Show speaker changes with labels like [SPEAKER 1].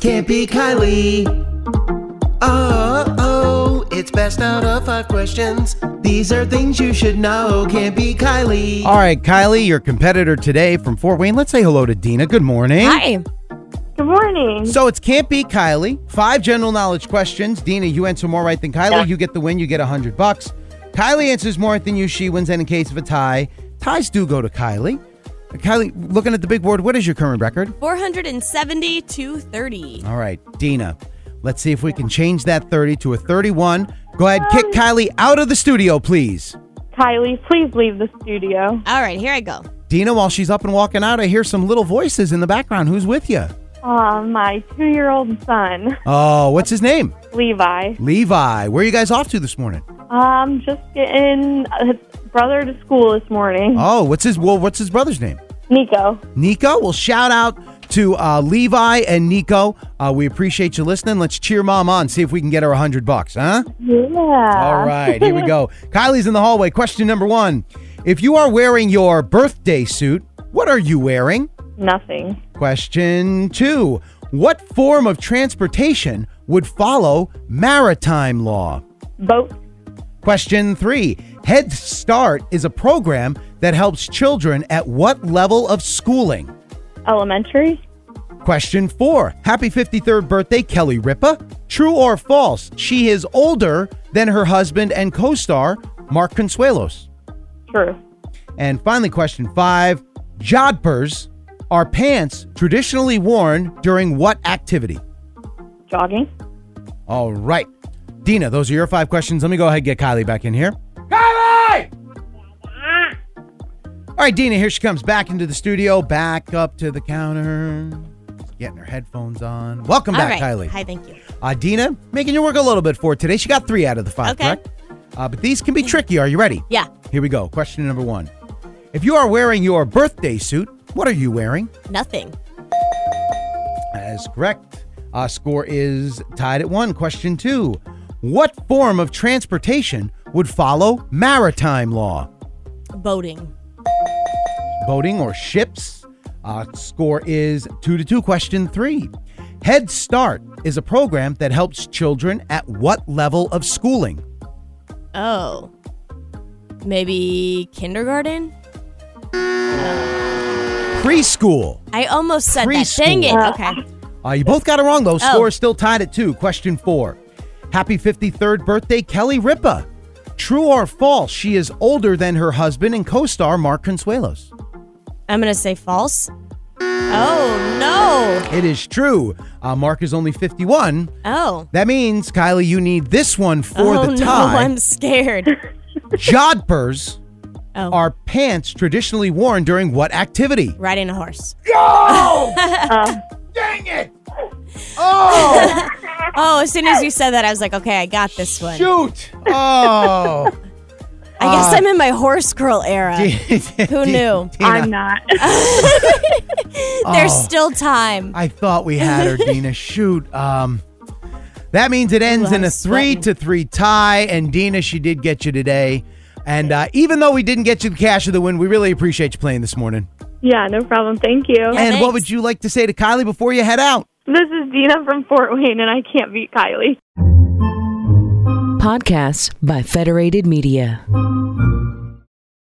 [SPEAKER 1] Can't be Kylie. Oh, oh, it's best out of five questions. These are things you should know. Can't be Kylie.
[SPEAKER 2] All right, Kylie, your competitor today from Fort Wayne. Let's say hello to Dina. Good morning.
[SPEAKER 3] Hi.
[SPEAKER 4] Good morning.
[SPEAKER 2] So it's Can't Be Kylie. Five general knowledge questions. Dina, you answer more right than Kylie. You get the win. You get a 100 bucks. Kylie answers more right than you. She wins. And in case of a tie, ties do go to Kylie. Kylie, looking at the big board, what is your current record?
[SPEAKER 3] 470 to 30.
[SPEAKER 2] All right, Dina, let's see if we can change that 30 to a 31. Go ahead, kick Kylie out of the studio, please.
[SPEAKER 4] Kylie, please leave the studio.
[SPEAKER 3] All right, here I go.
[SPEAKER 2] Dina, while she's up and walking out, I hear some little voices in the background. Who's with you?
[SPEAKER 4] Uh, my two year old son,
[SPEAKER 2] Oh, what's his name?
[SPEAKER 4] Levi.
[SPEAKER 2] Levi. Where are you guys off to this morning?
[SPEAKER 4] Um, just getting his brother to school this morning.
[SPEAKER 2] Oh, what's his well, what's his brother's name?
[SPEAKER 4] Nico.
[SPEAKER 2] Nico. Well, shout out to uh, Levi and Nico. Uh, we appreciate you listening. Let's cheer mom on. See if we can get her a hundred bucks, huh?
[SPEAKER 4] Yeah.
[SPEAKER 2] All right, here we go. Kylie's in the hallway. Question number one: If you are wearing your birthday suit, what are you wearing?
[SPEAKER 4] Nothing.
[SPEAKER 2] Question two: What form of transportation would follow maritime law?
[SPEAKER 4] Boat.
[SPEAKER 2] Question three Head Start is a program that helps children at what level of schooling?
[SPEAKER 4] Elementary.
[SPEAKER 2] Question four Happy 53rd birthday, Kelly Ripa. True or false, she is older than her husband and co star, Mark Consuelos.
[SPEAKER 4] True.
[SPEAKER 2] And finally, question five Jodhpurs are pants traditionally worn during what activity?
[SPEAKER 4] Jogging.
[SPEAKER 2] All right. Dina, those are your five questions. Let me go ahead and get Kylie back in here. Kylie! All right, Dina, here she comes back into the studio, back up to the counter, getting her headphones on. Welcome
[SPEAKER 3] All
[SPEAKER 2] back,
[SPEAKER 3] right.
[SPEAKER 2] Kylie.
[SPEAKER 3] Hi, thank you.
[SPEAKER 2] Uh, Dina, making you work a little bit for today. She got three out of the five,
[SPEAKER 3] Okay.
[SPEAKER 2] correct? Uh, but these can be tricky. Are you ready?
[SPEAKER 3] Yeah,
[SPEAKER 2] Here we go. Question number one If you are wearing your birthday suit, what are you wearing?
[SPEAKER 3] nothing.
[SPEAKER 2] That is correct. Uh, score is tied at one. Question two What form of transportation would follow maritime law?
[SPEAKER 3] Boating.
[SPEAKER 2] Boating or ships? Uh, score is two to two. Question three Head Start is a program that helps children at what level of schooling?
[SPEAKER 3] Oh. Maybe kindergarten?
[SPEAKER 2] Preschool.
[SPEAKER 3] I almost said that. Dang it.
[SPEAKER 4] Preschool.
[SPEAKER 3] Okay.
[SPEAKER 2] Uh, you both got it wrong, though.
[SPEAKER 3] Oh.
[SPEAKER 2] Score is still tied at two. Question four. Happy 53rd birthday, Kelly Ripa. True or false, she is older than her husband and co star, Mark Consuelos.
[SPEAKER 3] I'm going to say false. Oh, no.
[SPEAKER 2] It is true. Uh, Mark is only 51.
[SPEAKER 3] Oh.
[SPEAKER 2] That means, Kylie, you need this one for
[SPEAKER 3] oh,
[SPEAKER 2] the
[SPEAKER 3] no.
[SPEAKER 2] tie.
[SPEAKER 3] I'm scared.
[SPEAKER 2] Jodhpurs
[SPEAKER 3] Oh.
[SPEAKER 2] are pants traditionally worn during what activity?
[SPEAKER 3] Riding a horse.
[SPEAKER 2] Dang it! Oh,
[SPEAKER 3] Oh, as soon as you said that, I was like, okay, I got this one.
[SPEAKER 2] shoot! Oh.
[SPEAKER 3] I guess I'm in my horse girl era. Who knew?
[SPEAKER 4] I'm not.
[SPEAKER 3] There's
[SPEAKER 2] Oh.
[SPEAKER 3] still time.
[SPEAKER 2] I thought we had her, Dina. Shoot. Um, that means it ends
[SPEAKER 3] Ooh,
[SPEAKER 2] in
[SPEAKER 3] I'm
[SPEAKER 2] a three
[SPEAKER 3] sweating.
[SPEAKER 2] to three tie. And Dina, she did get you today. And uh, even though we didn't get you the cash of the win, we really appreciate you playing this morning.
[SPEAKER 4] yeah, no problem. Thank you.
[SPEAKER 3] Yeah.
[SPEAKER 2] and what
[SPEAKER 3] thanks.
[SPEAKER 2] would you like to say to Kylie before you head out?
[SPEAKER 4] This is Dina from Fort Wayne, and I can't beat Kylie.
[SPEAKER 5] Podcasts by Federated Media.